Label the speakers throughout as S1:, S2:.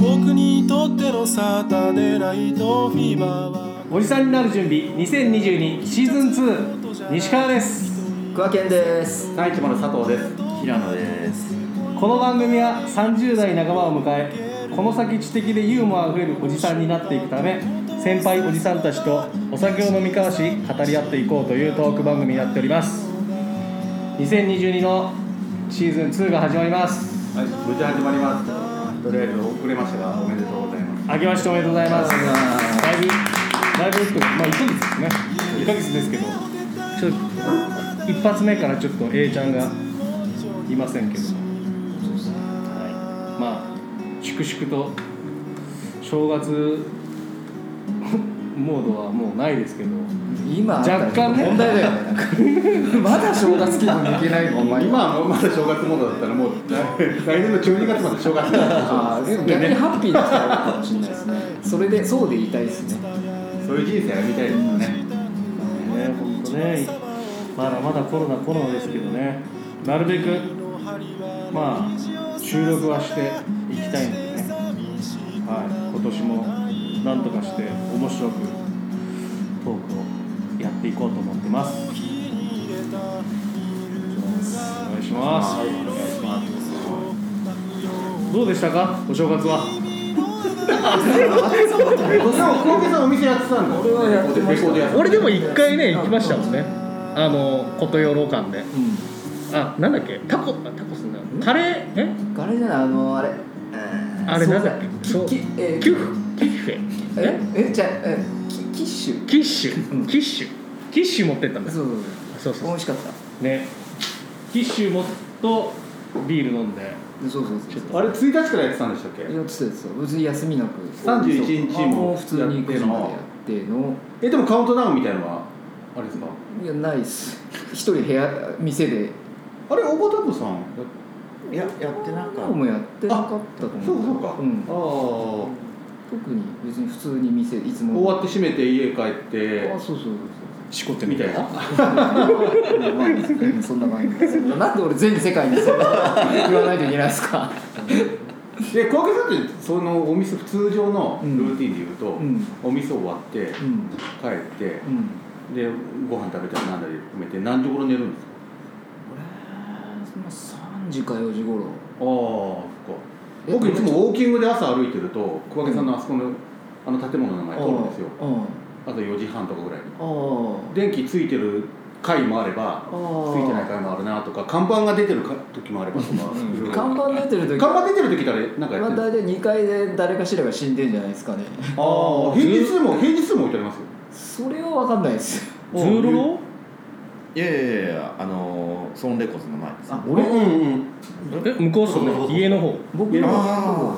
S1: 僕にとってのサタデーナイトフィーバーは
S2: おじさんになる準備2022シーズン2西川です
S3: 桑健です
S4: ナイチマの佐藤です。平野です。
S2: この番組は30代半ばを迎えこの先知的でユーモアあふれるおじさんになっていくため先輩おじさんたちとお酒を飲み交わし語り合っていこうというトーク番組になっております2022のシーズン2が始まります
S4: はい、無事始まります。とりあえず遅れましたが、おめでとうございます。
S2: 明けましておめでとうございますだいぶだいぶとまあ1ヶ月ですね1ヶ月ですけどちょっと一発目からちょっと A ちゃんがいませんけどはい、まあ粛々と正月モードはもうないですけど
S3: 今あった
S2: 若干ね
S3: 問題だよねなんかまだ正月気分抜けないのお前
S4: 今はもうまだ正月モードだったら、もう来来年の12月まで正月だ
S3: あーでも逆にハッピーな人が多いかもしれないですねそれでそうで言いたいですね
S4: そういう人生歩みたいですよね。
S2: ね本当ねまだまだコロナコロナですけどねなるべくまあ収録はしていきたいんでね、はい、今年もなんとかして面白くトークをやっていこうと思ってますお願いします
S4: お願いします。
S2: どうでしたかお正月は
S4: でも、小池さんお店やってたんだ。俺
S3: はやってました
S4: レコード屋さん
S2: 俺でも一回ね行きましたもんねあの琴養老館で、あなんだっけタコタコスなんだカレーえ
S3: あれじゃないあのあれえー
S2: あれなんだっけ
S3: そうききえー
S2: キュフキッフェ
S3: え
S2: え
S3: えじゃあえキキッシュ
S2: キッシュキッシュキッシュ持ってったんだ
S3: そ
S2: そう
S3: う
S2: そう
S3: そう美味しかった
S2: ねキッシュもとビール飲んで
S3: そうそうそう
S4: あれ、1日からやってたんでしたっけ。
S3: やってたやつそう別に休みなく
S4: 31日も
S3: あう普通に9時までやっての
S4: え、でもカウントダウンみたいなのは。あれですか。
S3: いやないっす一人部屋店で
S4: あれ、おばたこさん。やっ
S5: いややってなんか
S3: 今もやってなかったと思う
S4: そうかそうか。
S3: ん
S4: ああ。
S3: 特に別に普通に店いつも
S4: 終わって閉めて家帰って
S3: あそうそうそう
S2: しこって
S4: みたいな
S3: そう、まあうんそんな感じですなんで俺全世界にそんな言わないといけないですか
S4: で小分けさんってそのお店通常のルーティンで言うと、
S3: うん
S4: お店終わって
S3: うんうん
S4: 帰ってでご飯食べたりなんだり含めて何時頃寝るんですか
S3: 俺その3時か4時頃
S4: ああそっか僕いつもウォーキングで朝歩いてると小分けさんのあそこのあの建物の前通るんですよ
S3: ああ
S4: あと4時半とかぐらいに
S3: あ
S4: 電気ついてる回もあればつ
S3: あ
S4: いてない回もあるなとか看板が出てるか時もあればとかいろいろ
S3: 看板出てる時
S4: 看板出てる時ってあれなんかや
S3: ま
S4: っ
S3: あ
S4: てる
S3: 大体2階で誰かしらが死んでんじゃないですかね
S4: ああ平日でも平日でも置いてありますよ
S3: それは分かんないです
S2: ズーロロ
S5: いやいやいやあのー、ソンレコーズの前です
S3: あ
S4: 俺
S3: 俺
S4: うんうん
S2: え向こうっすね家の方
S3: 僕
S4: いや
S5: あ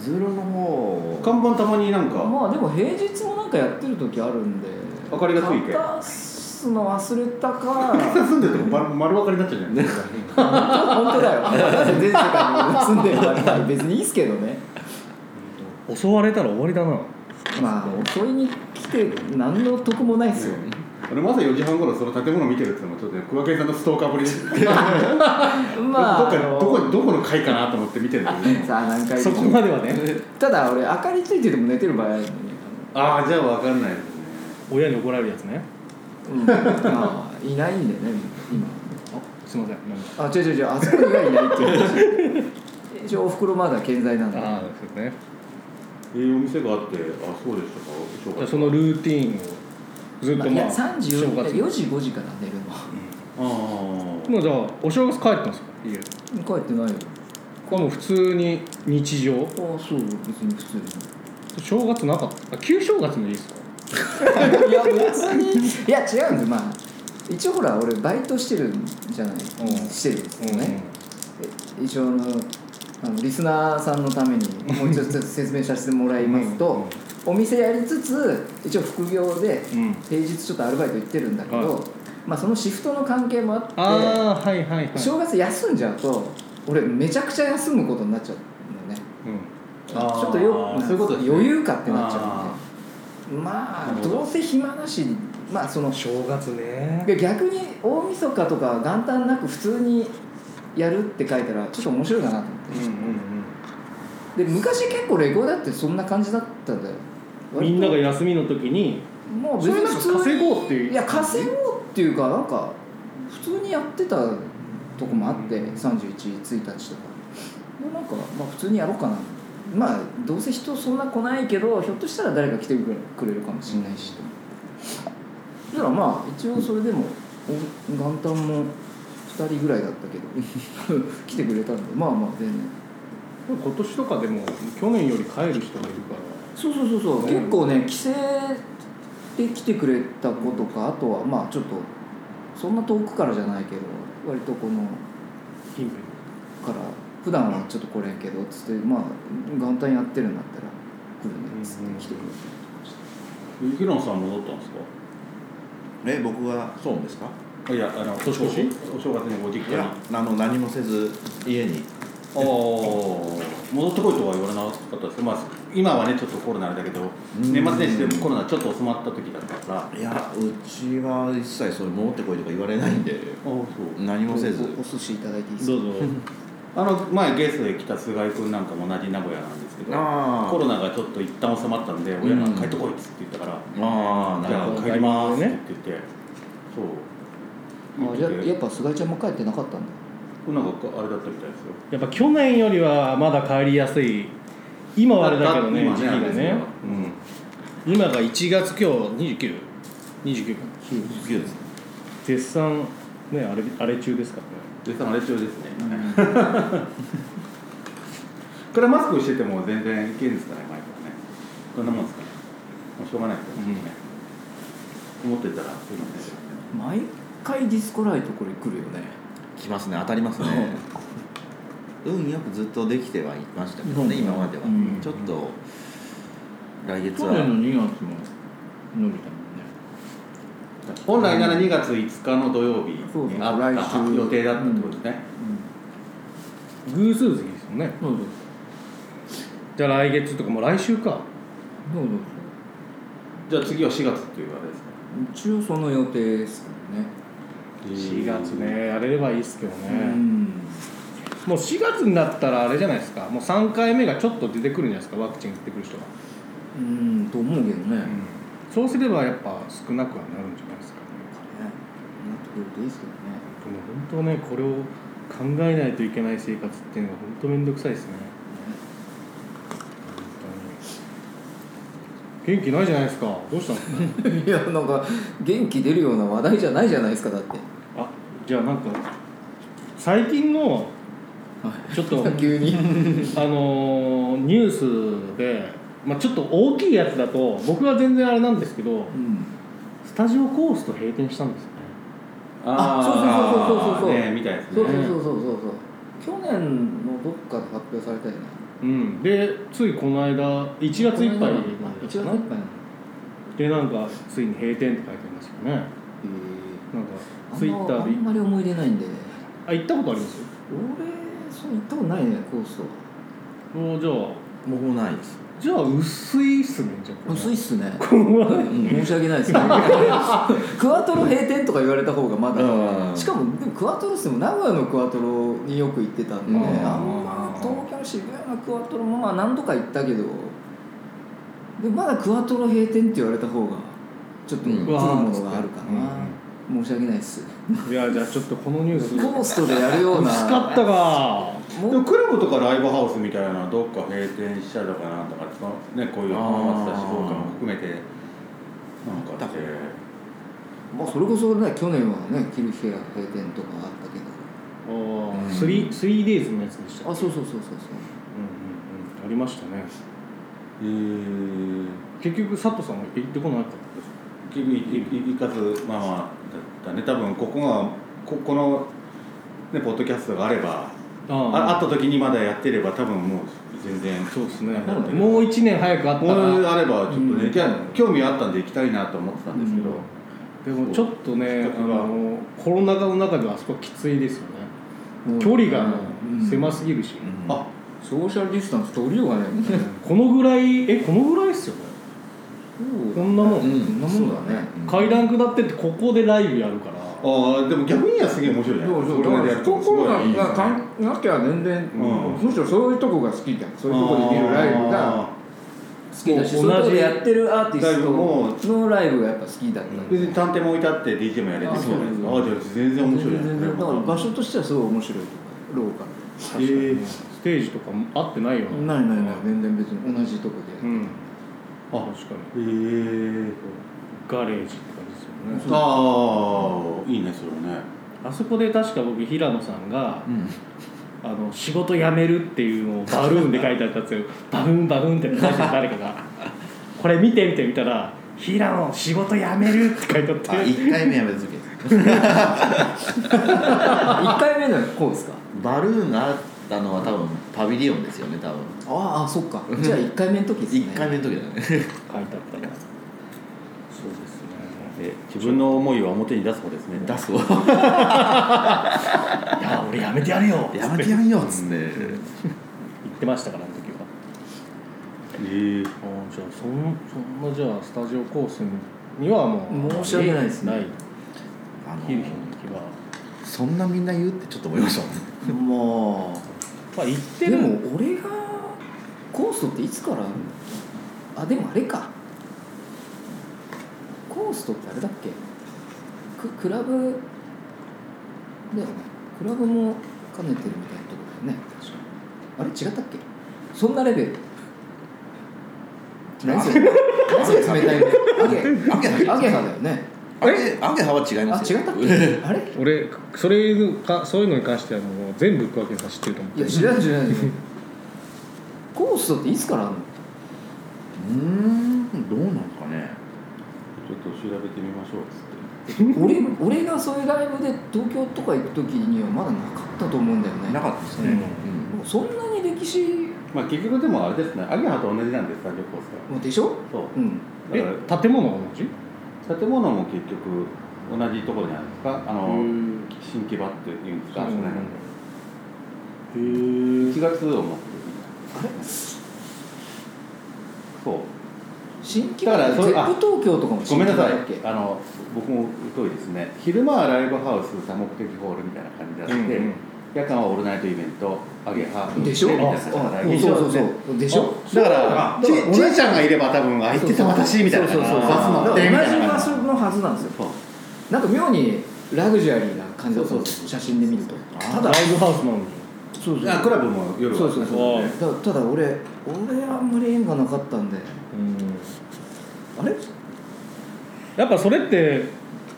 S5: ーズーロの方
S4: 看板たまになんか
S3: まあでも平日もなんかやってる時あるんで
S4: 明かりがついて
S3: 片すの忘れた か
S4: 住んでても丸丸分かりになっちゃうじゃないです か
S3: 本当だよなんで全世界に住んでる割に別にいいっすけど ね
S2: 襲われたら終わりだな
S3: まあ襲いに来て何の得もないっすよ、
S4: 俺まだ4時半頃その建物見てるってのもちょっとね桑木さんのストーカーぶりです
S3: まあ
S4: どっか
S3: あの
S4: どこどこの階かなと思って見てるんだけど
S3: さあ何回
S2: そこまではね
S3: ただ俺明かりついてても寝てる場合あるのに、
S4: ああじゃあ分かんないですね
S2: 親に怒られるやつね
S3: うん、まあいないんだよね今
S2: すいませんなんか
S3: あ違う違う違うあそこにはいないっていう 話一応おふくろまだ健在なんだ
S2: ああですよね
S4: えー、お店があってあそうでした
S2: じ
S4: か
S2: ゃあそ
S4: 正月
S2: のルーティンをずっ
S3: ま
S2: と
S3: あ、い
S2: ま
S3: や
S2: あ
S3: 3時
S2: 正月
S3: 4時5時から寝るの
S4: あー
S2: もうじゃあお正月帰ったんですか家
S3: 帰ってないよ
S2: あもう普通に日常
S3: ああそう別に普通です
S2: 正月なかったあ旧正月のいいですか
S3: いや別にいや違うんですまあ一応ほら俺バイトしてるんじゃない、
S2: ん
S3: してるんですよね、え一応あのあのリスナーさんのためにもうちょっと説明させてもらいますと、お店やりつつ一応副業で
S2: うん
S3: 平日ちょっとアルバイト行ってるんだけど、
S2: はい
S3: まあ、そのシフトの関係もあって
S2: ああーはいはいはい、
S3: 正月休んじゃうと俺めちゃくちゃ休むことになっちゃうんだよね
S2: うん
S3: ち
S4: あー
S3: ょっとよ
S4: そういうことですね
S3: 余裕かってなっちゃうんでまあどうせ暇なしまあその
S6: 正月ね
S3: 逆に大晦日とか元旦なく普通にやるって書いたらちょっと面白いかなと思って
S2: うんうん
S3: で昔結構レコーダーってそんな感じだったんだよ
S2: うんみんなが休みの時に
S3: まあ
S2: そ
S3: 別
S2: れ
S3: に
S2: なんか
S3: 普通に
S2: 稼ごうっていう
S3: いや稼ごうっていうかなんか普通にやってたとこもあって311日とかでなんかまあ普通にやろうかなまあどうせ人そんな来ないけどひょっとしたら誰か来てくれるかもしれないしとそしたらまあ一応それでもお元旦も2人ぐらいだったけど 来てくれたんでまあまあ全然
S2: 今年とかでも去年より帰る人がいるから
S3: そうそうそうそう結構ね帰省で来てくれた子とかあとはまあちょっとそんな遠くからじゃないけど割とこの
S2: 近辺
S3: から普段はちょっと来れんけどっつってまあ元旦やってるんだったら来るねっつって来てくれたりとかして
S4: ヒロンさん戻ったんですか
S5: え僕はそうですか
S4: あいやあの
S2: 年越し
S4: おお正月にご実
S5: い
S4: 家に
S5: やあの何もせず家に
S4: ああ戻ってこいとは言われなかったですけど、まあ、今はねちょっとコロナあれだけど
S5: ん
S4: 年末年始でもコロナちょっと収まった時だったからああ
S5: いやうちは一切そういう戻ってこいとか言われないんで
S4: そう
S5: 何もせず
S3: おお寿司いただいていいですか
S2: どうぞ
S4: あの前ゲストで来た菅井君なんかも同じ名古屋なんですけど
S5: あー
S4: コロナがちょっと一旦収まったんで親が帰ってこいっつって言ったから、
S5: ああ
S4: じ
S5: なる
S4: ゃ
S5: ほ
S4: あ
S5: ど
S4: 帰りますって言って、そう
S3: あじゃあや
S4: 言
S3: っぱ菅井ちゃんも帰ってなかったんだ
S4: なんかあれだったみたいですよ
S2: やっぱ去年よりはまだ帰りやすい今はあれだけどね
S4: だ
S2: 時期
S4: だ
S2: が
S4: 今ね
S2: ね今が1月今日2929 29か
S5: 9です
S2: 絶賛ねあれあれ中ですから
S4: 絶賛あれ中ですね、これマスクしてても全然いけるんですかね前からねどんなもんですかねもうしょうがないですよね、思ってたらすいません
S3: 毎回ディスコライトこれ来るよね
S5: 来ますね当たりますね運よくずっとできてはいましたけどね、今までは、
S6: うん
S5: ちょっと来月
S6: 去
S5: は、
S6: 年の2月も伸びたもんね
S4: 本来なら2月5日の土曜日
S3: そうね
S4: にあった
S3: 来週
S4: 予定だったってことですね、
S2: ね偶数月ですもんね
S6: そうそう
S2: じゃあ来月とかもう来週か
S6: そうそう
S4: じゃあ次は4月っていうあれですか
S3: 一応その予定ですか
S2: 4月ねやれればいいっすけど
S3: らねう
S2: ね
S3: ん
S2: もう4月になったらあれじゃないですかもう3回目がちょっと出てくるんじゃないですかワクチン打ってくる人が、
S3: うんと思うけどね、
S2: そうすればやっぱ少なくはなるんじゃないですかね
S3: ねなってくるといいですけどね
S2: でも本当ねこれを考えないといけない生活っていうのは本当めんどくさいですね本当に元気ないじゃないですかどうしたの
S3: いやなんか元気出るような話題じゃないじゃないですかだって
S2: あじゃあなんか最近のちょっと
S3: 急に
S2: あのーニュースで、まあ、ちょっと大きいやつだと僕は全然あれなんですけどスタジオコースと閉店したんですよね
S3: あそうそうそうそうそうそう
S4: あーねみたいですね
S3: そうそうそうそうそうそう去年のどっかで発表されたよね
S2: うんでついこの間1月いっぱいまで
S3: 1月い
S2: だ
S3: っ
S2: ったか
S3: ぱいな
S2: な
S3: の
S2: でなんかついに閉店って書いてありましたよねなんか
S3: あんま
S2: ツイッター
S3: あ
S2: で
S3: んまり思い出ないんでね
S2: あ行ったことあります
S3: 俺そう行ったことないねコースは
S2: おじゃあ
S5: 僕もないです
S2: じゃあ薄いっすねじゃあ
S3: 薄いっすね
S2: 怖
S3: 申し訳ないですねクワトロ閉店とか言われた方がまだ
S5: うん
S3: しかもでもクワトロっすも名古屋のクワトロによく行ってたんでね
S5: うん
S3: あんま東京渋谷のクワトロもまあ何度か行ったけどでまだクワトロ閉店って言われた方がちょっと
S5: う
S3: 来
S5: ん
S3: るものがあるかな、申し訳ないっす
S2: いやじゃあちょっとこのニュース
S3: コ
S2: 薄
S3: ーストでやるような
S2: かったか
S3: も
S4: で
S3: う
S4: もクラブとかライブハウスみたいなどっか閉店したとかなんとかそのねこういう浜松だし
S5: あー
S4: 福岡も含めてなんかあって
S3: まあそれこそね去年はねキルフェア閉店とかあったけど
S2: お
S5: うん
S2: スリー 3days のやつでした
S3: あ
S2: う
S3: そう
S2: んうんう
S3: そうそうそうそ
S2: んありましたね
S4: えー、
S2: 結局佐藤さんは行ってこなかったです
S4: 結局いいいかずまあまあだったね多分ここがここの、ね、ポッドキャストがあればああった時にまだやってれば多分もう全然
S2: そうですね
S4: なるほど
S2: もう1年早くあった
S4: もう
S2: ら
S4: あればちょっとね、
S3: うん
S4: じゃあ興味あったんで行きたいなと思ってたんですけど、
S3: うん
S2: でもちょっとね
S4: そう
S2: あのコロナ禍の中ではあそこきついですよね
S3: う
S2: 距離がも
S3: うん
S2: う狭すぎるし、
S5: うん
S4: あ
S3: ソーシャルディスタンス取りようがないもんね
S2: このぐらいえこのぐらいっすよね こんなもん、
S5: うん
S3: そんなもんだね
S5: うん
S2: 階段下ってってここでライブやるから
S4: ああでも逆にはすげえ面白いじゃん
S6: そうそう
S4: こ
S6: だ
S4: れ
S6: か
S4: までや
S6: ら
S4: る
S6: と
S4: とす
S6: ころ
S4: ご
S6: が
S4: いいいじゃん
S6: 関なきゃ全然、
S4: うん
S6: むしろそういうとこが好きじゃんそういうとこで見るライブが
S4: あ
S3: 好きだし
S2: もう
S3: そういうとこ
S2: 同じ
S3: でやってるアーティ
S4: ライブも
S3: ストのライブがやっぱ好きだった
S4: ー別に探偵も置いてあって DJ もやれてるじゃないですかああじゃあ全然面白いじゃ
S3: 全
S4: ん
S3: 然だから場所としてはすごい面白い廊
S4: えー
S2: ステージとかも合ってないよ
S3: 下
S2: な
S3: ないないない全然別に同じとこ
S2: う
S3: で
S2: んあ確かに
S4: えー
S2: ガレージって感じですよね
S4: ああいいねそれもね
S2: あそこで確か僕平野さんが、あの仕事辞めるっていうのをバルーンで書いてあったんですよバルーンバルーンって書いてあった誰かがこれ見て見て見たら「平野仕事辞める」って書いてあっ
S5: あ
S2: て
S5: 一回目やめた時
S3: 1回目のこうですか
S5: バルーンがあったのは多分パビリオンですよね多分
S3: ああそっかじゃあ1回目の時ですね
S5: 一回目の時だね
S2: 書いてあったなそうですね
S4: え自分の思いは表に出す方ですね
S5: 出すわ
S2: 「いや俺辞めてやるよ」
S5: やめてやんよっつって
S2: 言ってましたからあの時は
S4: え
S2: あー
S4: ー
S2: じゃあそんそんなじゃあスタジオコースにはもう
S3: 申し訳ないですね
S2: ない
S5: あの
S2: ヒルヒの時は
S5: そんなみんな言うってちょっと思いましたもんね
S3: ま
S2: ま
S3: あ
S2: あ行って
S3: で
S2: る
S3: も俺がコーストっていつからあるんだっけあでもあれかコーストってあれだっけククラブだよねクラブも兼ねてるみたいなとこだよね確かあれ違ったっけそんなレベル何それ何それ冷たいね
S5: アゲ
S3: アゲアゲハだよね
S5: アゲアゲハは違い
S3: あ違っ
S5: ま
S3: たっ
S5: すよ
S3: けあれ
S7: 俺それかそういうのに関してはもう全部行くわけさ知ってると思う
S3: いや知らない知らない知らないコーストっていつからあるの
S5: うーんどうなんですかね
S4: ちょっと調べてみましょうっつって
S3: 俺俺がそういうライブで東京とか行く時にはまだなかったと思うんだよね
S5: なかったですね、
S3: もうそんなに歴史
S4: まあ結局でもあれですねアゲハと同じなんですスタジオコースが
S3: もでしょ
S4: そう
S3: うん
S4: だから
S2: え建物が同じ
S4: 建物も結局同じところじゃないですかあの新木場っていうんですか、その辺1月をもってそう
S3: 新規
S4: だから
S3: ゼ
S4: それあ
S3: ップ東京とかも
S4: ご
S3: 新
S4: めん
S3: 規
S4: なさい
S3: だっけ
S4: あの僕も疎いですね昼間はライブハウス多目的ホールみたいな感じになって、夜間はオールナイトイベントアゲハ
S3: でしょ
S4: みたいな
S3: あ
S4: 感じ
S3: そう
S4: だ
S3: そうそう
S4: ね
S3: そうでしょ
S4: だからちちえちゃんがいれば多分あ行ってた私みたいな
S3: そうそうそう
S4: バス乗
S3: だ
S4: っ
S3: か
S4: てみた
S3: ら
S4: い
S3: 同じ
S4: な
S3: 場
S4: 感じ
S3: 所のはずなんですよ
S4: そう
S3: なんか妙にラグジュアリーな感じだったんですよ写真で見るとただ
S2: ライブハウスなのに
S3: そうそう
S4: あクラブも夜は
S3: そうそうそう
S2: あ
S3: だからただ俺俺あんまり縁がなかったんであれ
S2: やっぱそれって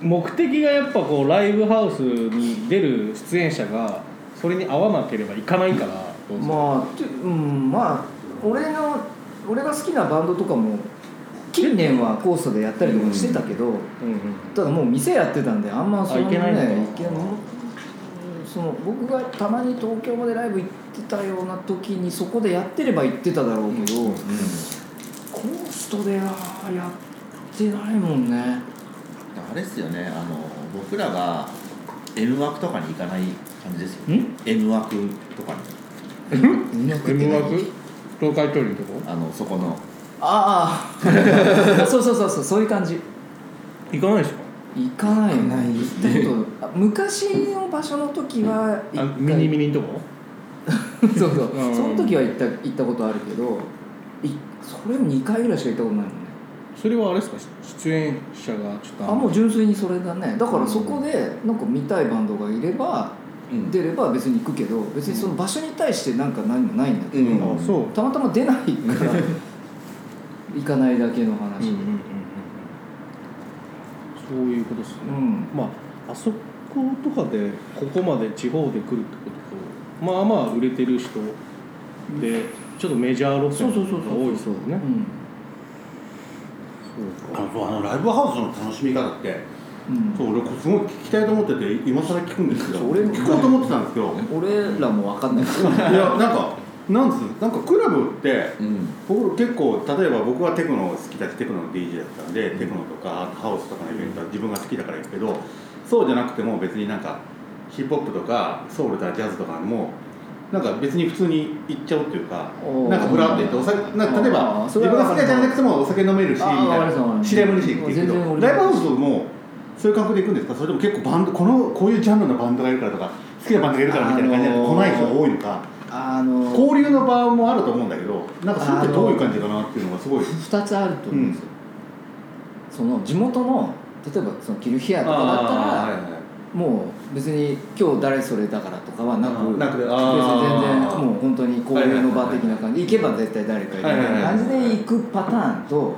S2: 目的がやっぱこうライブハウスに出る出演者がそれに合わなければいかないからどうする
S3: まあてうんまあ俺の俺が好きなバンドとかも近年はコーストでやったりとかしてたけど、
S2: うんうん
S3: ただもう店やってたんであんまその
S2: あいけないのか
S3: ねいけないその僕がたまに東京までライブ行ってたような時にそこでやってれば行ってただろうけど、コーストではやってないもんね
S5: あれですよねあの僕らが M 枠とかに行かない感じですよ、
S3: ん
S5: M 枠とかに
S7: M 枠東海通りのとこ
S5: あのそこの
S3: ああ そうそうそうそうそういう感じ
S2: 行かないでしょ
S3: 行かないよね行ったことあ昔の場所の時は一
S2: あ
S3: 回
S2: ミニミニのとこ
S3: そうそう、
S2: うん
S3: その時は行った行ったことあるけどいそれも2回ぐらいしか行ったことないもんね
S7: それはあれですか出演者がちょっと
S3: あもう純粋にそれだねだからそこでなんか見たいバンドがいれば、
S5: うん
S3: 出れば別に行くけど別にその場所に対してなんか何もないんだけど、
S5: うん
S7: あそう
S3: たまたま出ないから 行かないだけ
S2: うんうんうん
S3: の話
S2: うんそういうことですね
S3: うん、
S2: まああそことかでここまで地方で来るってこととまあまあ売れてる人でちょっとメジャー路線
S3: そうそうそう
S2: が
S3: そう
S2: 多いですよね
S3: うん
S4: あのあのライブハウスの楽しみ方って
S3: うん
S4: そう俺すごい聞きたいと思ってて今更聞くんですけど
S3: そう俺も
S4: 聞こうと思ってたんですけど
S3: 俺らも分かんないけど
S4: いやなんかなんつうなんかクラブって
S5: うん
S4: 僕結構例えば僕はテクノ好きだしテクノの DJ だったんで、テクノとかハウスとかのイベントは自分が好きだから行くけどそうじゃなくても別になんかヒップホップとかソウルとかジャズとかもなんか別に普通に行っちゃおうっていうか
S3: おー
S4: なんかふらって行ってお酒なんか例え
S3: あ
S4: ば
S3: ー
S4: 自
S3: それ
S4: 分
S3: は
S4: が好きじゃなくてもお酒飲めるしみ
S3: あーわか
S4: た
S3: り
S4: い
S3: ますわかり
S4: な
S3: ます
S4: 知り合いもいるしって言うけ
S3: 全然
S4: ど
S3: 俺
S4: ライブハウスもそういう感覚で行くんですかそれとも結構バンドこのこういうジャンルのバンドがいるからとか好きなバンドがいるからみたいな感じで
S3: あのー
S4: 来ない人が多いのか
S3: あの
S4: 交流の場もあると思うんだけどなんかそれってどういう感じかなっていうのがすごい
S3: 2つあると思うんですよ、その地元の例えばそのキルヒアとかだったら、
S4: あーはいはい
S3: もう別に今日誰それだからとかはなく
S4: なくて
S3: 別
S4: あー
S3: に全然もう本当に交流の場的な感じ行けば絶対誰かいるみたいな感じで行くパターンと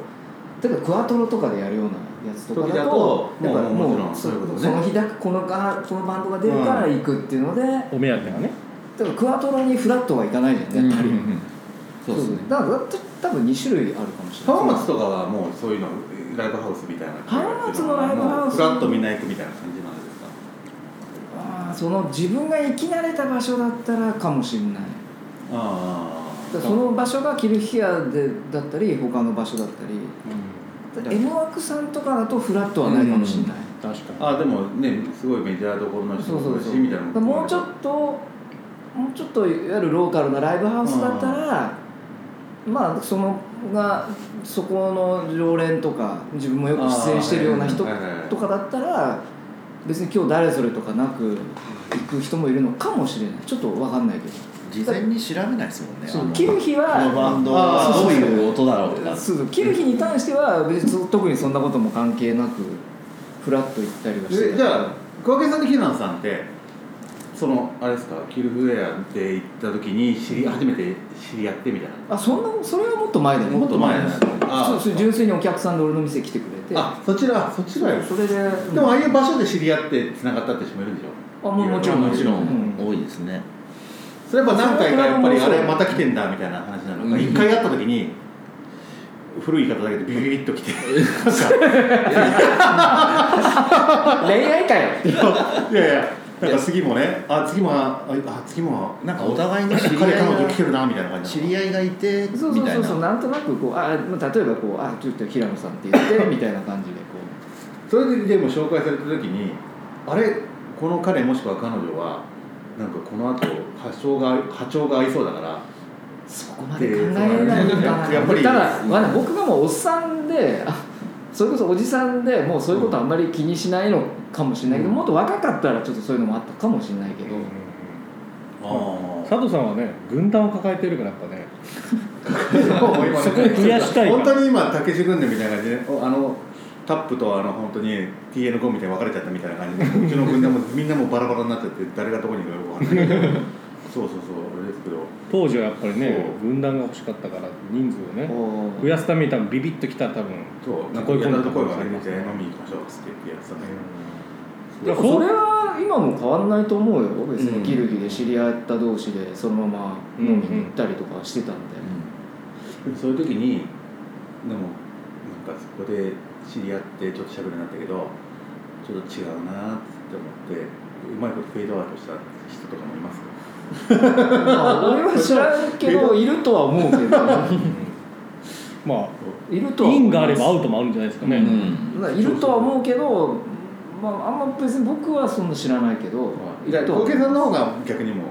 S3: 例えばクワトロとかでやるようなやつとかだ
S4: 時だと
S3: とだから
S4: もうもち
S3: も
S4: ろ
S3: うんそ
S4: そういうことね
S3: その日だけこのがこのバンドが出るから行くっていうのでだか
S7: お目当てがね
S3: らクワトロにフラットはいかないじゃんやっぱり
S5: そうですね
S3: だからだって多分2種類あるかもしれない
S4: 浜松とかはもうそういうのライブハウスみたいな
S3: 浜松のライブハウス
S4: フラッとみんな行くみたいな感じなんですか
S3: あーその自分が行き慣れた場所だったらかもしれない
S4: あ
S3: だからその場所がキルヒアでだったり他の場所だったり、M ワークさんとかだとフラットはないかもしれない、
S7: 確かに
S4: あでもねすごいメジャーどころの人
S3: そうそう
S4: だ
S3: そ
S4: し
S3: う
S4: みたいな
S3: だからもうちょっともうちょっといわゆるローカルなライブハウスだったら、まあそのがそこの常連とか自分もよく出演してるような人
S4: あーはいはいはい
S3: とかだったら別に今日誰それとかなく行く人もいるのかもしれないちょっと分かんないけど
S5: 事前に調べないですもんね
S3: そ
S5: あ
S3: う
S5: の
S3: キルヒは
S5: このバンドはどういう音だろうとか
S3: そうそう切る日に関しては別に特にそんなことも関係なくフラッと行ったりはして
S4: えじゃあ小池さんとキナンさんってそのあれですかキルフレアで行った時に知り初めて知り合ってみたいな
S3: あそんなそれはもっと前だよ
S4: もっと前だ
S3: だ
S4: よ
S3: よ
S4: あ
S3: そうそう純粋にお客さんで俺の店来てくれて
S4: あそちらそちらよ
S3: それで
S4: でもああいう場所で知り合ってつながったって人もいるんでしょ
S3: あもうもちろん
S5: もちろん
S3: う
S5: 多いですね
S4: それやっぱ何回かやっぱり
S3: そ
S4: あ
S3: れ
S4: れまた来てんだみたいな話なのか一、回会った時に古い言い方だけどビビビッと来てなん
S3: 恋愛かよ
S4: かいやいやなんか次もねあ次もああ次も
S5: なんかお互いの知り合い
S4: 彼
S5: が
S4: 彼女来てるなみたいな感じ
S5: 知
S4: なの
S5: り合いがいてみたいな
S3: そうそうそうそうなんとなくこうあまあ例えばこうあちょっと平野さんって 言ってみたいな感じでこう
S4: それででも紹介された時にあれこの彼もしくは彼女はなんかこの後波長が波長が合いそうだから
S3: そこまで考えないのかな
S4: やっぱり
S3: ただ、まあ、僕がもうおっさんであそれこそおじさんでもうそういうことあんまり気にしないのかもしれないけど、もっと若かったらちょっとそういうのもあったかもしれないけど、
S4: あ
S7: 佐藤さんはね軍団を抱えてるからやっぱね
S4: あ
S7: そこを増やしたいか
S4: 本
S7: ら
S4: 当に今竹志軍団みたいな感じでおあのタップとあの本当に TN5 みたいに分かれちゃったみたいな感じでうちの軍団もみんなもうバラバラになっちゃって誰がどこにいるかよく分かんないけど そうそうそうあれですけど
S7: 当時はやっぱりね
S4: そう
S7: 軍団が欲しかったから人数をね
S3: お
S7: 増やすために多分ビビッときたら多分
S4: そうなんか
S7: こういう
S4: やたら
S7: ことと
S4: 声が上げて飲みに行きましょうっつって言ってやってたんだけど
S3: でもそれは今も変わんないと思うよ別
S5: うん
S3: にギルギで知り合った同士でそのまま飲みに行ったりとかしてたんで、
S4: そういう時にでもなんかそこで知り合ってちょっとしゃべるようになったけどちょっと違うなって思ってうまいことフェードアウトした人とかもいます
S3: まあ俺は知らんけどいるとは思うけど
S7: まあ
S3: いるとは思います
S7: 因があればアウトもあるんじゃないですかね、
S5: うん
S3: まあいるとは思うけど、まあ、あんま別に僕はそんな知らないけど、いるとは
S4: 小
S3: 思う
S4: 池さんの方が逆にも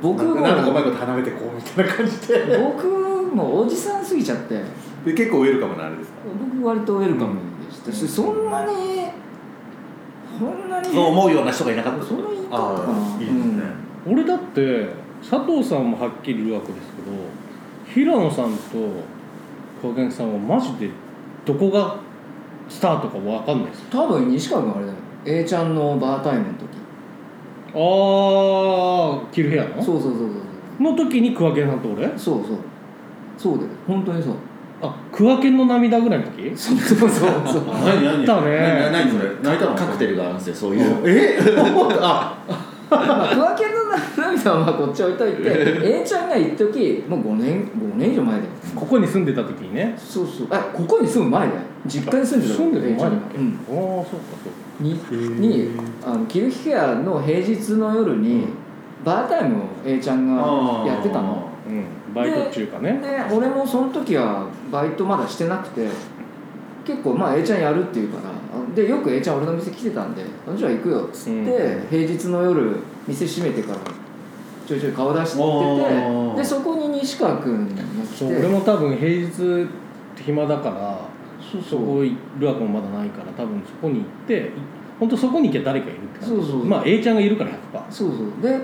S3: 僕も
S4: なんかうまいこと離れてこうみたいな感じで
S3: 僕もおじさんすぎちゃって
S4: で結構ウェルカムなあれですか
S3: 僕割とウェルカムでしたし、そんなにそんなに
S5: そう思うような人がいなかった
S3: そんなにいいかったかな
S4: あいいですね、
S7: 俺だって佐藤さんもはっきり言うわけですけど平野さんと小源さんはマジでどこがスターとか分かんないですよ
S3: うん多分西川君あれだよ A ちゃんのバータイムの時
S7: ああキルヘアの
S3: そうそうそう
S7: の時にクワケンさんと俺
S3: そうそうそうそうだよ本当 にそう
S7: あクワケンの涙ぐらいの時
S3: そうそうそうそう
S4: 何何
S7: あったね
S4: 何何それ泣いたの
S5: カクテルがあるんですよそういう
S4: えあ
S3: まあ、クワケンの涙はまあこっち置いといて A ちゃんが一時もう5年5年以上前だよ
S7: ここに住んでた時にね
S3: そうそうあここに住む前だよ実家に住んでた
S7: 住んでる前だっけ、
S3: うん
S7: ああそうかそうか
S3: ににあのキルヒケアの平日の夜に、バータイムを A ちゃん
S4: あ
S3: が
S4: ー
S3: やってたの
S7: うんバイト中か
S3: で
S7: ね
S3: 俺もその時はバイトまだしてなくて結構まあ A ちゃんやるっていうからあでよく A ちゃん俺の店来てたんで「あじゃあ行くよ」っつって、
S7: うん
S3: 平日の夜店閉めてからちょいちょい顔出しててでそこに西川君が来
S2: そう俺
S3: て
S2: も多分平日暇だから
S3: そう
S2: そこルアコもまだないから多分そこに行って本当そこに行けば誰かいるって感じ
S3: そうそう
S2: まあ A ちゃんがいるから100%
S3: そうそうで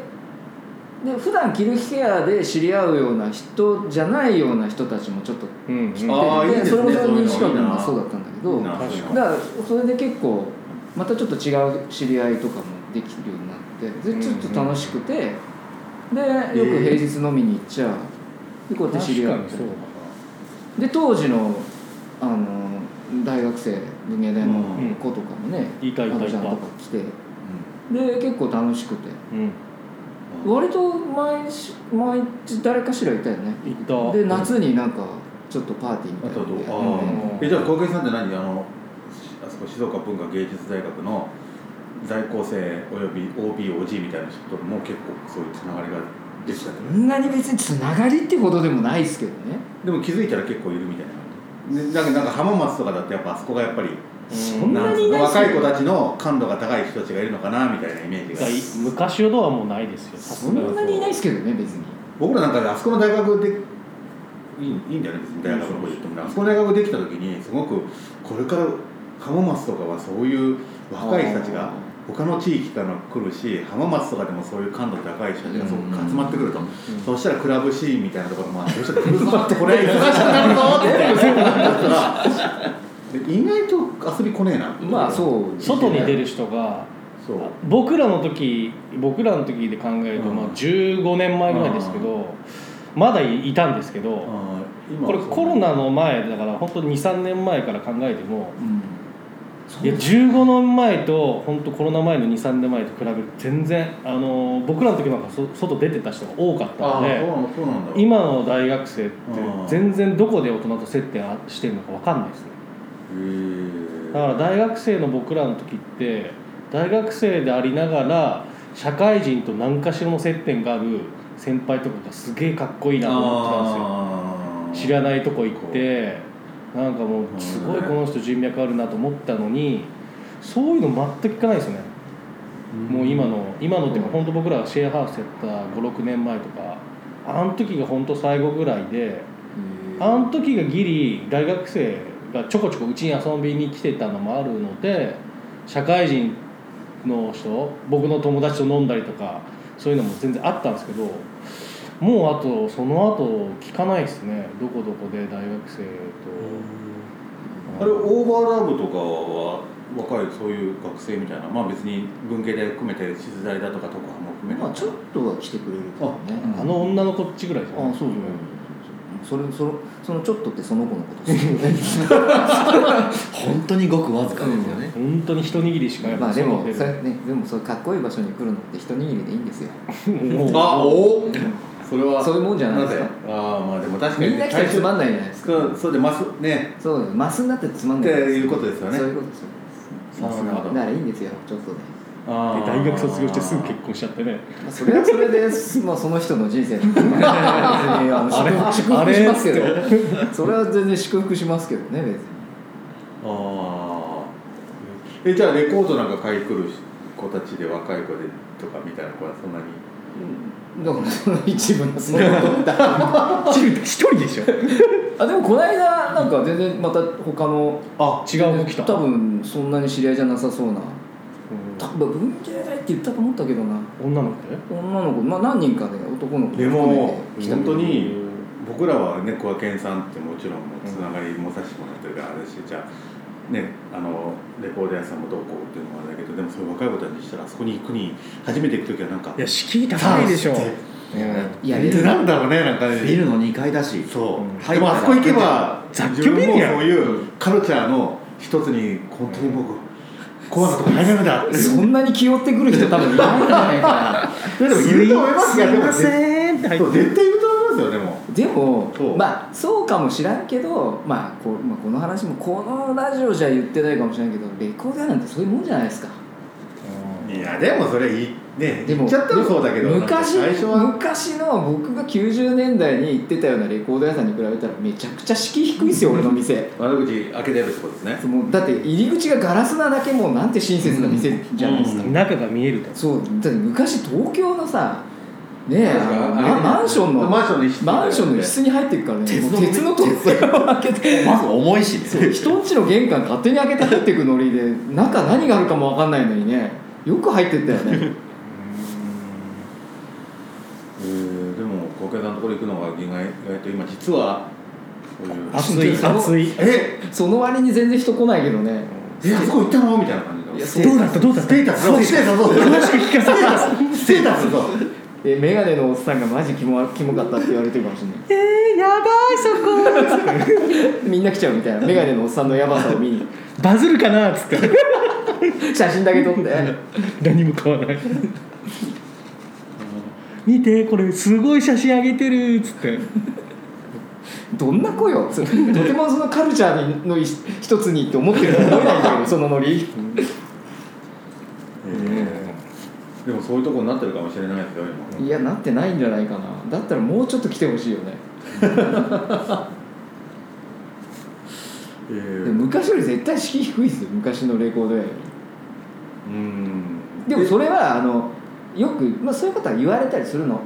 S3: で普段キルヒケアで知り合うような人じゃないような人たちもちょっと来
S2: うん、うん、
S3: て、
S4: あーいいですね
S3: それこそ
S4: そういうの
S3: 西川君
S4: いい
S3: が
S4: な
S3: そうだったんだけどだか
S4: 確かに
S3: らそれで結構またちょっと違う知り合いとかもできるようになってでちょっと楽しくて、でよく平日飲みに行っちゃうでこうやって知り合って
S2: 確かにそう
S3: で当時のあの大学生芸大の子とかもね、
S2: うんいたいた
S3: あのちゃん
S2: いた
S3: とか来てで結構楽しくて
S2: うん
S3: 割と毎日毎日誰かしらいたよね
S2: 行った
S3: で夏になんかちょっとパーティーみ
S4: あ
S3: たい
S4: と
S3: な
S4: はどうあ
S3: のやって
S2: うん
S4: ーえじゃあ小池さんって何あのしあそこ静岡文化芸術大学の在校生および OBOG みたいな人とも結構そういうつながりができたんじゃな
S3: そ
S4: い
S3: んなに別につながりってほどでもないですけどね
S4: でも気づいたら結構いるみたいなでなんかなんか浜松とかだってやっぱあそこがやっぱり
S2: そ
S3: んなにいないっすよ
S4: 若い子たちの感度が高い人たちがいるのかなみたいなイメージが
S2: がい昔ほどはもうないですよさ
S3: そ
S2: すがに
S3: んなにいないですけどね別に
S4: 僕らなんかあそこの大学でいいいいんじゃないですか大学の方で言ってもあそこの大学できた時にすごくこれから浜松とかはそういう若い人たちが他の地域から来るし浜松とかでもそういう感度高い人たちがすごく集まってくると、そしたらクラブシーンみたいなところもあってそしたらうわこれ忙しくなるぞってそうなったらで意外と遊び来ねえなって
S3: まあそう
S2: 外に出る人が
S4: そう
S2: 僕らの時僕らの時で考えると、
S4: うん
S2: まあ、15年前ぐらいですけど、まだいたんですけど、
S4: あー今
S2: これ
S4: はそう
S2: コロナの前だから本当23年前から考えても
S3: うん
S2: いや15年前と本当コロナ前の23年前と比べると全然あの僕らの時なんかそ外出てた人が多かった
S4: あ
S2: の
S4: ー
S2: で
S4: そうなんだ
S2: 今の大学生って
S4: うん
S2: 全然どこで大人と接点してるのか分かんないですね
S4: へえ
S2: だから大学生の僕らの時って大学生でありながら社会人と何かしらの接点がある先輩とかがすげえかっこいいなと思ってたんですよ
S4: あー
S2: 知らないとこ行ってなんかもうすごいこの人人脈あるなと思ったのにそういうの全く聞かないですよね、もう今の今のっていうか本当僕らがシェアハウスやった56年前とかあの時が本当最後ぐらいであの時がギリ大学生がちょこちょこうちに遊びに来てたのもあるので社会人の人僕の友達と飲んだりとかそういうのも全然あったんですけどもうあとその後聞かないですねどこどこで大学生と
S4: あれオーバーラブとかは若いそういう学生みたいなまあ別に文系大含めて静大だとか徳浜も含めて、
S3: まあちょっとは来てくれるけどね
S2: あの女の子っちぐらいじゃない
S3: あそうそうそうそうそれそのそのちょっとってその子のことですよね
S5: 本当にごくわずかですよね、
S2: 本当に一握りしかやっ
S3: ま
S2: ぱ
S3: あでも
S2: 外出
S3: そ
S2: る
S3: れねでもそれかっこいい場所に来るのって一握りでいいんですよ
S2: もう
S4: あおおそれは
S3: そういうもんじゃないですか
S4: ぜああまあでも確か
S3: み
S4: に
S3: んな来たらつまんないじゃないですか
S4: そうそうでますね
S3: そうだよマスになってつまん
S4: っ
S3: な
S4: て
S3: いじゃない
S4: い
S3: で
S4: うことです
S3: す
S4: よ
S3: か
S4: ね
S3: そういうことですよ
S4: あーなるほど
S3: ならいいんですよちょっとね、
S4: あ
S2: で
S4: ー
S2: 大学卒業してすぐ結婚しちゃってね
S3: まあ、それはそれで まあその人の人生なんで別 にあの
S2: あれ
S3: 祝福
S2: あ
S3: 祝福
S2: れ
S3: しますけどそれは全然祝福しますけどね別に
S4: ああえじゃあレコードなんか買いに来る子たちで若い子でとかみたいな子はそんなに
S3: だからその一部のそのことだ
S2: 一人でしょ
S3: あでもこの間なんか全然また他の
S2: あ違う子来た
S3: 多分そんなに知り合いじゃなさそうな多分文系大って言ったと思ったけどな
S2: うん女の子で
S3: 女の子まあ何人かね男の子
S4: で
S3: 含
S4: も
S3: めて来たけ
S4: 本
S3: ど
S4: 当に僕らはね小健さんってもちろんもうつながりもさせてもらってるからあれだしじゃあねあのレコード屋さんもどうこうっていうのもあれだけどでもそういう若い子たちにしたらあそこに行くに初めて行く時はなんか
S2: いや敷居高いでしょ
S3: いや
S4: っ
S3: いや
S4: てなんだろうねなんかね
S5: ビルの2階だし
S4: そう、
S5: はい
S4: でもあそこ行けば
S2: 雑
S4: 自
S2: 居
S4: 分
S2: ビル
S4: も
S2: やん
S4: そういうカルチャーの一つに本当に僕コアなとこ入れるんだって
S3: そんなに気負ってくる人多分いないんじゃないかな
S4: でもいると思いますよでも絶対
S2: せんって
S4: そう絶対いると思いますよでも
S3: でも
S4: そう
S3: まあそうかもしらんけど、まあこうまあ、この話もこのラジオじゃ言ってないかもしれないけどレコーダーなんてそういうもんじゃないですか
S4: いやでもそれいいね
S3: で
S4: 行
S3: も
S4: っちゃったらそうだけど
S3: 昔
S4: なんか最初は
S3: 昔の僕が90年代に行ってたようなレコード屋さんに比べたらめちゃくちゃ敷居低いですよ俺の店
S4: 悪口開けてやるってことですね
S3: もうだって入り口がガラスなだけもうなんて親切な店じゃないですか、
S2: 中が見えると
S3: そうだって昔東京のさねえあのママンションの
S4: マンションの一室
S3: マンションの一室に入っていくからねもう鉄の扉を開けて
S5: まず重いしね
S3: そう人んちの玄関勝手に開けて入っていくノリで中何があるかも分かんないのにねよく入ってったよね
S4: えーでも高架さんのところ行くのが意外意外と今実はそういう
S2: 熱い熱い
S4: え
S3: その割に全然人来ないけどね
S4: えあそこ行ったのみたいな感じ
S3: い
S4: で
S3: や
S4: ス
S3: そう
S5: どうだったどうだった
S4: テータスそうステータスそう
S2: 聞か
S4: ステータスそう
S3: え眼鏡のおっさんがマジキモキモかったって言われてるかもしれないえやばいそこみんな来ちゃうみたいな眼鏡のおっさんのやばさを見に
S2: せバズるかなっつって
S3: 写真だけ撮って
S2: 何も買わない見てこれすごい写真あげてるっつって
S3: どんな子よそれとてもそのカルチャーの一一つにって思ってると思えないんだけどそのノリ
S4: でもそういうとこになってるかもしれないですよ今
S3: いやなってないんじゃないかなだったらもうちょっと来てほしいよね
S4: え
S3: で
S4: ー
S3: も昔より絶対敷居低いですよ昔のレコード屋よ
S4: うん
S3: りでもそれはあのよく、まあ、そういうことは言われたりするの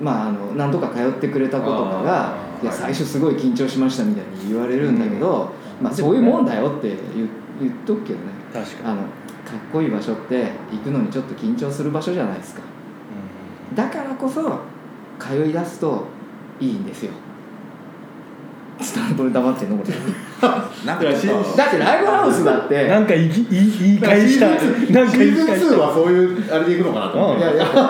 S3: まああの何とか通ってくれた子とかが
S4: あー
S3: 「いや
S4: はい
S3: 最初すごい緊張しました」みたいに言われるんだけど、まあ、そういうもんだよって言言っとくけどね
S2: 確か
S3: あのかっこいい場所って行くのにちょっと緊張する場所じゃないですかだからこそ通い出すといいんですよちょっとこれ黙ってんのこれ
S5: なんかちょっと
S3: だってライブハウスだって
S2: になんか言い言い返した
S4: シーズン
S2: なんか
S4: シ
S2: 言
S4: ー
S2: い
S4: ズン
S2: 返し
S4: 2
S2: た
S4: はそういうあれでいくのかなと思って
S3: いや いやもうこうな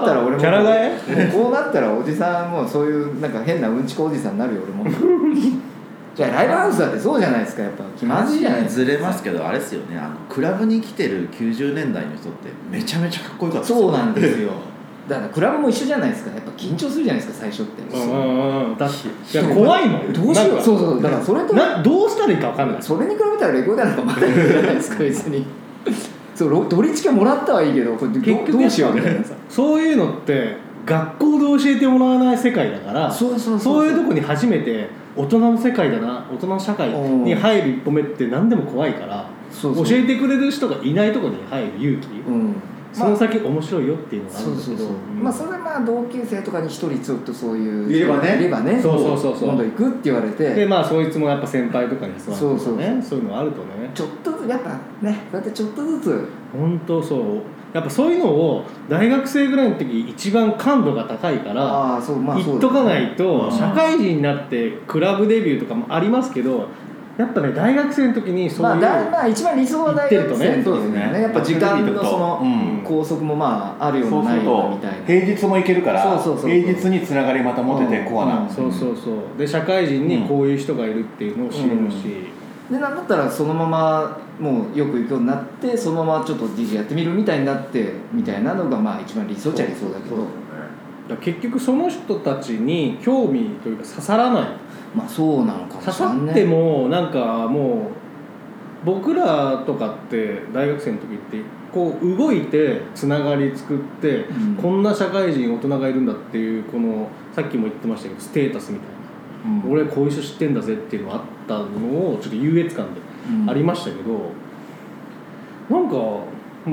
S3: ったら俺も
S2: キャラ替
S3: もうこうなったらおじさんもそういうなんか変なうんちこおじさんになるよ俺も じゃあライブハウスだってそうじゃないですかやっぱ気まずいじゃないですか
S5: ずれますけどあれですよねあのクラブに来てる90年代の人ってめちゃめちゃかっこよかったですよ
S3: そうなんですよだからクラブも一緒じゃないですかやっぱ緊張するじゃないですか最初って、
S2: うんうんうんだしいや怖いもん
S3: どうしよ
S2: な
S3: うん
S2: か
S3: そうそうだからそれと
S2: などうしたらいいか分かんない
S3: それに比べたらレコーダーなんかまだいいじゃないですか別にそうロ土日券もらったはいいけどこれど
S2: 結局
S3: どうしようみたいなさ
S2: そういうのって学校で教えてもらわない世界だから
S3: そうそうそう
S2: そういうとこに初めて大人の世界だな大人の社会に入る一歩目って何でも怖いから
S3: そうそう
S2: 教えてくれる人がいないとこに入る勇気、
S3: うん
S2: その先面白いよっていうのがある
S3: そ
S2: ん
S3: う
S2: だけ
S3: そ
S2: ど
S3: うそう、
S2: ん
S3: まあそれまあ同級生とかに一人ちょっとそういう
S4: いればね
S3: いればね
S2: そうそうそうそう
S3: 今度行くって言われ
S2: で
S3: て
S2: まあそいつもやっぱ先輩とかに座って
S3: そうそう
S2: ねそういうのあるとね
S3: ちょっとずつやっぱねこうやってちょっとずつ
S2: 本当そうやっぱそういうのを大学生ぐらいの時一番感度が高いから
S3: ああそうまあそう
S2: 言っとかな
S3: だね
S2: いと社会人になってクラブデビューとかもありますけどやっぱね大学生の時にそう
S3: ま
S2: い
S3: あ
S2: う、
S3: だまあ一番理想は大学生の時
S2: 言っ
S3: です
S2: てるとね
S3: ねやっぱ時間のその
S4: うん
S3: 拘束もまああるよう
S4: そうす
S3: なな
S4: る
S3: いような
S4: と
S3: みたいな
S4: 平日も行けるから
S3: そうそうそう
S4: 平日につながりまた持てて
S3: うん
S4: コアな
S2: そうそうそうで社会人にこういう人がいるっていうのを知れるし、
S3: でなんだったらそのままもうよく行くようになってそのままちょっと DJ やってみるみたいになってみたいなのがまあ一番理想っちゃ理想だけど
S2: だから結局その人たちに興味というか刺さらない
S3: まあそうなのかもしれないね
S2: 刺さってもなんかもう僕らとかって大学生の時ってこう動いてつながり作って、
S3: うん
S2: こんな社会人大人がいるんだっていうこのさっきも言ってましたけどステータスみたいな。
S3: うん
S2: 俺こういう人知ってんだぜっていうのがあったのをちょっと優越感で
S3: うん
S2: ありましたけど、なんかも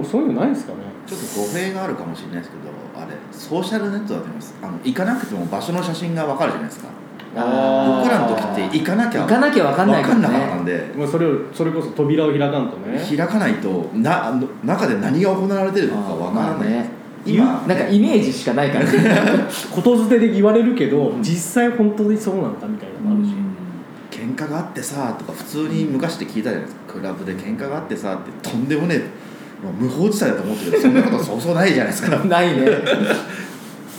S2: うそういうのないんですかね
S5: ちょっと語弊があるかもしれないですけどあれソーシャルネットだと思いますあの行かなくても場所の写真がわかるじゃないですか
S3: あー
S5: 僕らの時って行かなきゃ
S3: 行かなきゃ分かんない
S5: わ
S3: か
S5: からん
S3: ね
S5: なかったんで
S2: まあそれをそれこそ扉を開かんとね
S5: 開かないとなあの中で何が行われてるのかわから
S3: まあ
S5: ない
S3: ね
S5: 今
S3: なんかイメージしかないからね
S2: ことづてで言われるけど、実際本当にそうなのかみたいなのもあるし、
S5: 喧嘩があってさとか普通に昔って聞いたじゃないですかクラブで喧嘩があってさってとんでもねえまあ無法地帯だと思ってるけどそんなことそうそうないじゃないですか
S3: ないね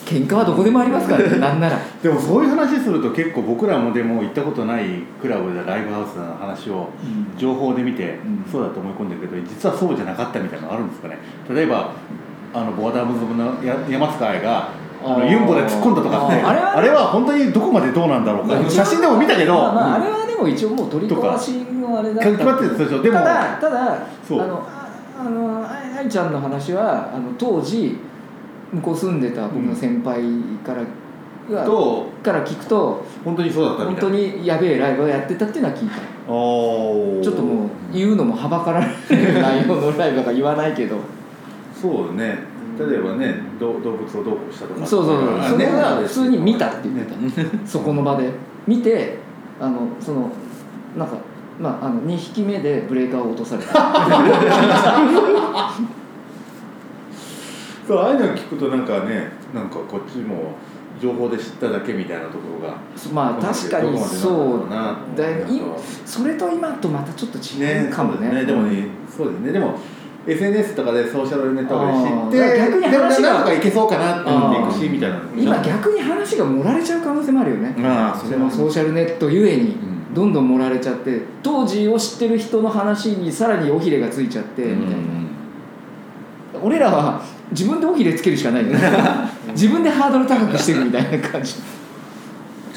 S3: 喧嘩はどこでもありますからねなんなら
S4: でもそういう話すると結構僕らもでも行ったことないクラブやライブハウスの話を情報で見て
S3: ん
S4: そうだと思い込んでるけど実はそうじゃなかったみたいなのあるんですかね例えばあのボアダムズムのや山塚愛があ
S3: あ
S4: の
S3: ー
S4: ユンボで突っ込んだとかって
S3: あーあれはね
S4: あれは本当にどこまでどうなんだろう
S3: まあ
S4: か写真でも見たけど
S3: まあまあ、あ
S4: か
S3: れはでも一応もう取り壊しのあれだった
S4: 決まってるんですよでも
S3: ただただあ
S4: そう
S3: のああのあ愛ちゃんの話はあの当時向こう住んでた僕の先輩から、が
S4: と
S3: から聞くと
S4: 本当にそうだったみ
S3: 本
S4: たい
S3: 当
S4: な
S3: にやべえライブをやってたっていうのは聞いた
S4: おー
S3: ちょっともう言うのもはばかられる内容のライブだから言わないけど
S4: そうね例えばねどう動物をどうこうしたとか
S3: そうそうそう
S4: あ
S3: それ
S4: ね
S3: は普通に見たって言ってたそこの場で見てあのそのなんかまああの2匹目でブレーカーを落とされ た
S4: そうああいうの聞くとなんかねなんかこっちも情報で知っただけみたいなところが
S3: まあ確かにそうだ
S4: だ
S3: よねいそれと今とまたちょっと違うかもね
S4: でもねそうですねでも SNS とかでソーシャルネットワークで知っ
S3: あー
S4: て
S3: 逆に話
S4: でもなん
S3: が
S4: とかいけそうかなって思っていくしみたいな
S3: 今逆に話が盛られちゃう可能性もあるよね
S5: まあそ
S3: そ
S5: れ
S3: の
S5: は
S3: ソーシャルネットゆえに
S5: ん
S3: どんどん盛られちゃって当時を知ってる人の話にさらに尾ひれがついちゃってみたいな俺らは自分で尾ひれつけるしかないよね自分でハードル高くしてるみたいな感じ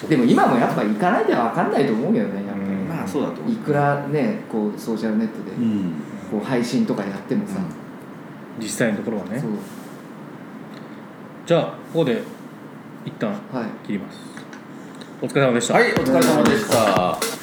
S3: でも今もやっぱ行かないと分かんないと思うけどねやっぱり
S5: うんまあそうだと思う
S3: いくらねこうソーシャルネットで
S5: うん
S3: こう配信とかやってもさ、
S7: 実際のところはね
S3: そう
S7: じゃあここで一旦
S3: はい
S7: 切りますお疲れ様でした
S5: はいお疲れ様でした